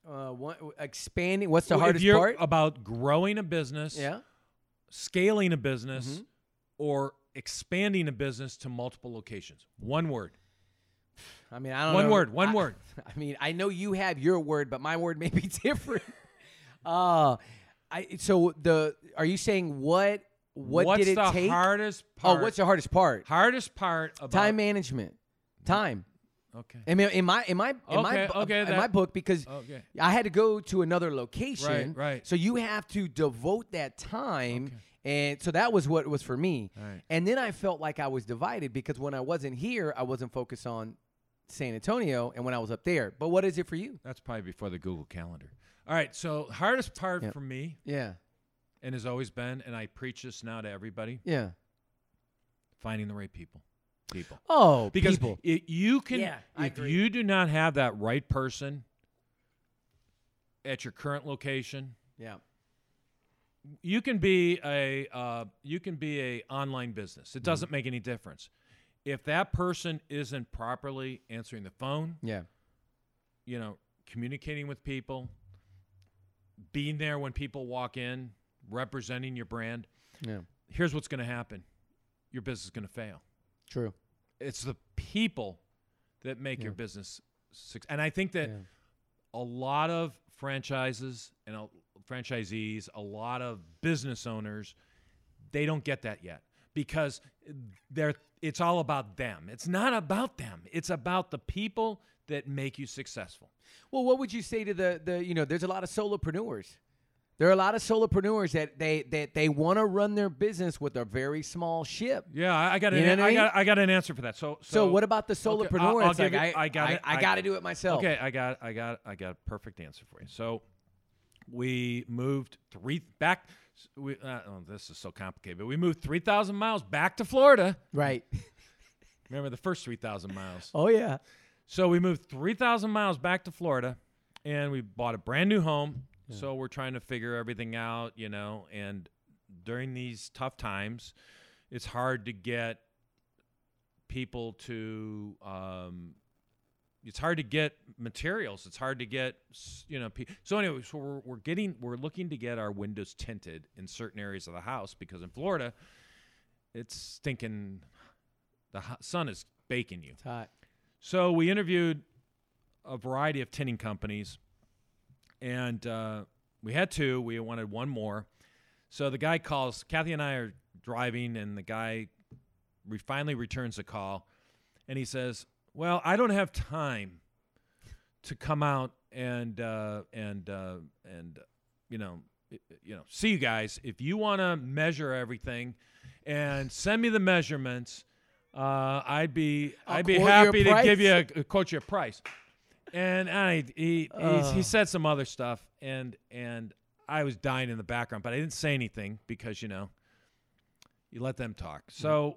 Speaker 1: Uh, one, expanding. What's the
Speaker 2: Well, if
Speaker 1: hardest
Speaker 2: you're
Speaker 1: part?
Speaker 2: about growing a business,
Speaker 1: yeah. Mm-hmm.
Speaker 2: scaling a business, or expanding a business to multiple locations. One word.
Speaker 1: I mean, I don't.
Speaker 2: One
Speaker 1: know.
Speaker 2: word, one
Speaker 1: I-
Speaker 2: word.
Speaker 1: [laughs] I mean, I know you have your word, but my word may be [laughs] different. uh, I. So the. Are you saying what? What
Speaker 2: what's
Speaker 1: did it
Speaker 2: the
Speaker 1: take?
Speaker 2: hardest
Speaker 1: oh,
Speaker 2: part?
Speaker 1: what's the hardest part?
Speaker 2: hardest part about
Speaker 1: Time management. Time.
Speaker 2: Okay.
Speaker 1: I mean, in my in my in my
Speaker 2: Okay,
Speaker 1: bu-
Speaker 2: okay,
Speaker 1: in
Speaker 2: that-
Speaker 1: my book because
Speaker 2: Okay.
Speaker 1: I had to go to another location.
Speaker 2: Right, right.
Speaker 1: So you have to devote that time
Speaker 2: Okay.
Speaker 1: And so that was what it was for me.
Speaker 2: Right.
Speaker 1: And then I felt like I was divided because when I wasn't here, I wasn't focused on San Antonio and when I was up there. But what is it for you?
Speaker 2: That's probably before the Google Calendar. All right. So hardest part
Speaker 1: Yep.
Speaker 2: for me,
Speaker 1: Yeah.
Speaker 2: and has always been, and I preach this now to everybody:
Speaker 1: Yeah.
Speaker 2: finding the right people. People.
Speaker 1: Oh,
Speaker 2: Because
Speaker 1: people.
Speaker 2: i- you can,
Speaker 1: Yeah, I
Speaker 2: if
Speaker 1: agree.
Speaker 2: you do not have that right person at your current location,
Speaker 1: Yeah.
Speaker 2: you can be a uh, you can be a online business. It
Speaker 1: Mm-hmm.
Speaker 2: doesn't make any difference if that person isn't properly answering the phone.
Speaker 1: Yeah.
Speaker 2: you know, communicating with people, being there when people walk in, representing your brand,
Speaker 1: Yeah.
Speaker 2: here's what's going to happen your business is going to fail.
Speaker 1: True.
Speaker 2: It's the people that make your
Speaker 1: Yeah.
Speaker 2: business success. And I think that
Speaker 1: Yeah.
Speaker 2: a lot of franchises and a- franchisees, a lot of business owners, they don't get that yet because they're it's all about them. It's not about them. It's about the people that make you successful.
Speaker 1: Well, what would you say to the the you know? There's a lot of solopreneurs. There are a lot of solopreneurs that they that they want to run their business with a very small ship.
Speaker 2: Yeah, I I got an,
Speaker 1: You know what I
Speaker 2: I,
Speaker 1: mean?
Speaker 2: got I got an answer for that. So
Speaker 1: So, what about the
Speaker 2: I'll-
Speaker 1: solopreneur?
Speaker 2: I'll
Speaker 1: that's like,
Speaker 2: give it-
Speaker 1: I,
Speaker 2: I got
Speaker 1: I,
Speaker 2: it.
Speaker 1: I
Speaker 2: I-
Speaker 1: got to do it myself.
Speaker 2: Okay, I got I got I got a perfect answer for you. So we moved three back. We, uh, oh, this is so complicated, but we moved three thousand miles back to Florida.
Speaker 1: Right.
Speaker 2: Remember the first three thousand miles.
Speaker 1: Oh yeah.
Speaker 2: So we moved 3,000 miles back to Florida and we bought a brand new home. So we're trying to figure everything out, you know, and during these tough times, it's hard to get people to um it's hard to get materials. It's hard to get, s- you know. Pe- so anyway, so we're, we're getting, we're looking to get our windows tinted in certain areas of the house because in Florida, it's stinking. The ho- sun is baking you.
Speaker 1: It's hot.
Speaker 2: So we interviewed a variety of tinning companies, and uh, we had two. We wanted one more. So the guy calls. Kathy and I are driving, and the guy re- finally returns the call, and he says, "Well, I don't have time to come out and uh, and uh, and you know." i- You know, see you guys. If you want to measure everything, and send me the measurements, uh, I'd be
Speaker 1: I'll
Speaker 2: I'd be
Speaker 1: quote you a
Speaker 2: happy to
Speaker 1: price.
Speaker 2: give you a, a quote you a price. And I he he's
Speaker 1: Oh.
Speaker 2: he said some other stuff, and and I was dying in the background, but I didn't say anything because you know you let them talk.
Speaker 1: Mm-hmm.
Speaker 2: So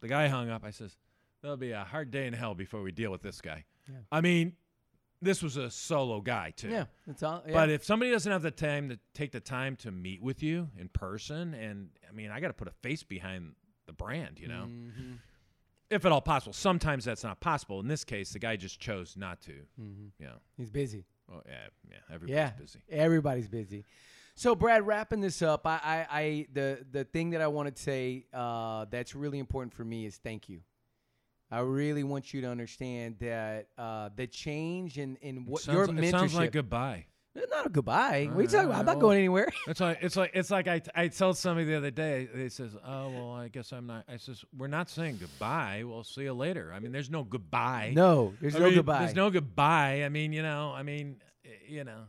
Speaker 2: the guy hung up. I says there'll be a hard day in hell before we deal with this guy.
Speaker 1: Yeah.
Speaker 2: I mean, this was a solo guy too.
Speaker 1: Yeah. It's all. Yeah.
Speaker 2: But if somebody doesn't have the time to take the time to meet with you in person, and I mean, I got to put a face behind the brand, you know,
Speaker 1: Mhm.
Speaker 2: if at all possible. Sometimes that's not possible. In this case, the guy just chose not to.
Speaker 1: Mhm.
Speaker 2: You know,
Speaker 1: He's busy.
Speaker 2: well, yeah, yeah, everybody's
Speaker 1: Yeah.
Speaker 2: busy.
Speaker 1: Everybody's busy. So Brad, wrapping this up, I, I, I the the thing that I want to say uh, that's really important for me is thank you. I really want you to understand that uh, the change in, in what
Speaker 2: sounds,
Speaker 1: your
Speaker 2: it
Speaker 1: mentorship.
Speaker 2: sounds like goodbye.
Speaker 1: It's not a goodbye. What are you
Speaker 2: Uh,
Speaker 1: talking about? I'm not
Speaker 2: well-
Speaker 1: going anywhere.
Speaker 2: It's like it's like it's like I I told somebody the other day. They says, "Oh well, I guess I'm not." I says, "We're not saying goodbye. We'll see you later." I mean, there's no goodbye.
Speaker 1: No, there's
Speaker 2: I
Speaker 1: no
Speaker 2: mean,
Speaker 1: goodbye.
Speaker 2: There's no goodbye. I mean, you know. I mean, y- you know.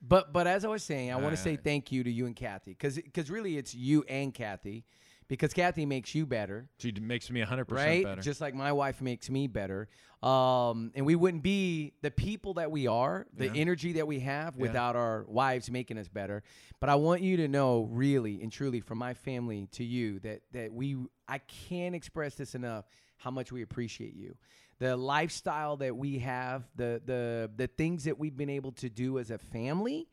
Speaker 1: But but as I was saying, I want
Speaker 2: Alright,
Speaker 1: to say
Speaker 2: alright.
Speaker 1: thank you to you and Kathy because really it's you and Kathy because Kathy makes you better,
Speaker 2: She d- makes me 100%
Speaker 1: right?
Speaker 2: better.
Speaker 1: Just like my wife makes me better. Um, and we wouldn't be the people that we are, the
Speaker 2: Yeah.
Speaker 1: energy that we have without our wives making us better. But I want you to know really and truly from my family to you that that we I can't express this enough how much we appreciate you. The lifestyle that we have, the the the things that we've been able to do as a family,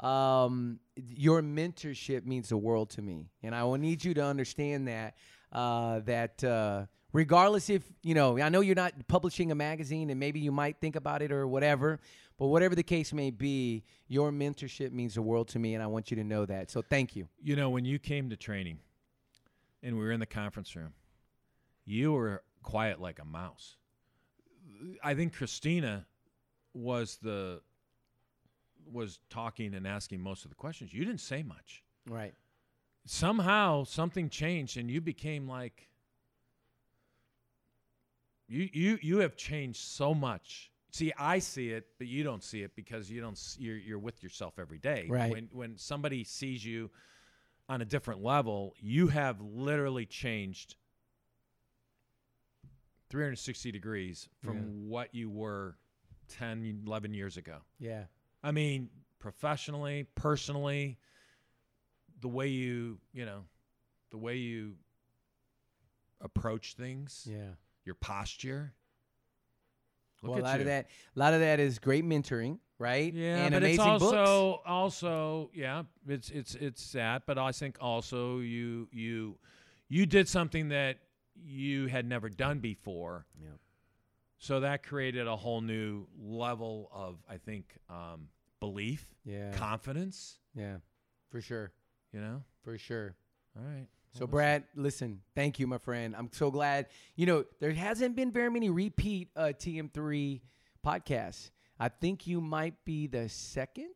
Speaker 1: um, your mentorship means the world to me, and I will need you to understand that. Uh, that uh, regardless if you know, I know you're not publishing a magazine, and maybe you might think about it or whatever, but whatever the case may be, your mentorship means the world to me, and I want you to know that. So thank you.
Speaker 2: You know, when you came to training and we were in the conference room, you were quiet like a mouse. I think Christina was the was talking and asking most of the questions. You didn't say much.
Speaker 1: Right.
Speaker 2: Somehow something changed and you became like you you you have changed so much. See, I see it, but you don't see it because you don't s- you're you're with yourself every day.
Speaker 1: Right.
Speaker 2: When when somebody sees you on a different level, you have literally changed 360 degrees from
Speaker 1: Yeah.
Speaker 2: what you were 10, 11 years ago.
Speaker 1: Yeah.
Speaker 2: I mean, professionally, personally, the way you, you know, the way you approach things,
Speaker 1: Yeah.
Speaker 2: your posture. Look
Speaker 1: well, a
Speaker 2: at
Speaker 1: lot
Speaker 2: you.
Speaker 1: of that, a lot of that is great mentoring, right?
Speaker 2: Yeah,
Speaker 1: and
Speaker 2: but it's
Speaker 1: amazing books.
Speaker 2: also also yeah, it's it's it's that, but I think also you you you did something that you had never done before.
Speaker 1: Yep.
Speaker 2: So that created a whole new level of I think um, belief,
Speaker 1: Yeah,
Speaker 2: confidence.
Speaker 1: yeah, for sure,
Speaker 2: You know.
Speaker 1: for sure.
Speaker 2: All right.
Speaker 1: So,
Speaker 2: Well,
Speaker 1: Brad, listen, thank you, my friend. I'm so glad. You know, there hasn't been very many repeat uh, TM3 podcasts. I think you might be the second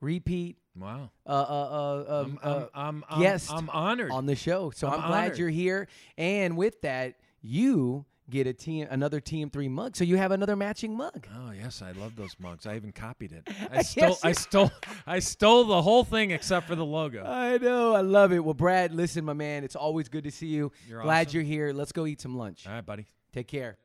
Speaker 1: repeat
Speaker 2: listen. Wow.
Speaker 1: uh, uh, uh, um,
Speaker 2: I'm, I'm,
Speaker 1: uh,
Speaker 2: I'm, I'm,
Speaker 1: guest
Speaker 2: I'm honored.
Speaker 1: on the show. So I'm,
Speaker 2: I'm
Speaker 1: glad
Speaker 2: honored.
Speaker 1: you're here. And with that, you get a TM, another TM3 mug. So you have another matching mug.
Speaker 2: Oh yes, I love those mugs. I even
Speaker 1: [laughs]
Speaker 2: copied it. I
Speaker 1: Yes,
Speaker 2: stole. I
Speaker 1: you-
Speaker 2: stole. I stole the whole thing except for the logo.
Speaker 1: I know. I love it. Well, Brad, listen, my man, it's always good to see you.
Speaker 2: You're
Speaker 1: glad
Speaker 2: awesome.
Speaker 1: you're here. Let's go eat some lunch.
Speaker 2: All right, buddy.
Speaker 1: Take care.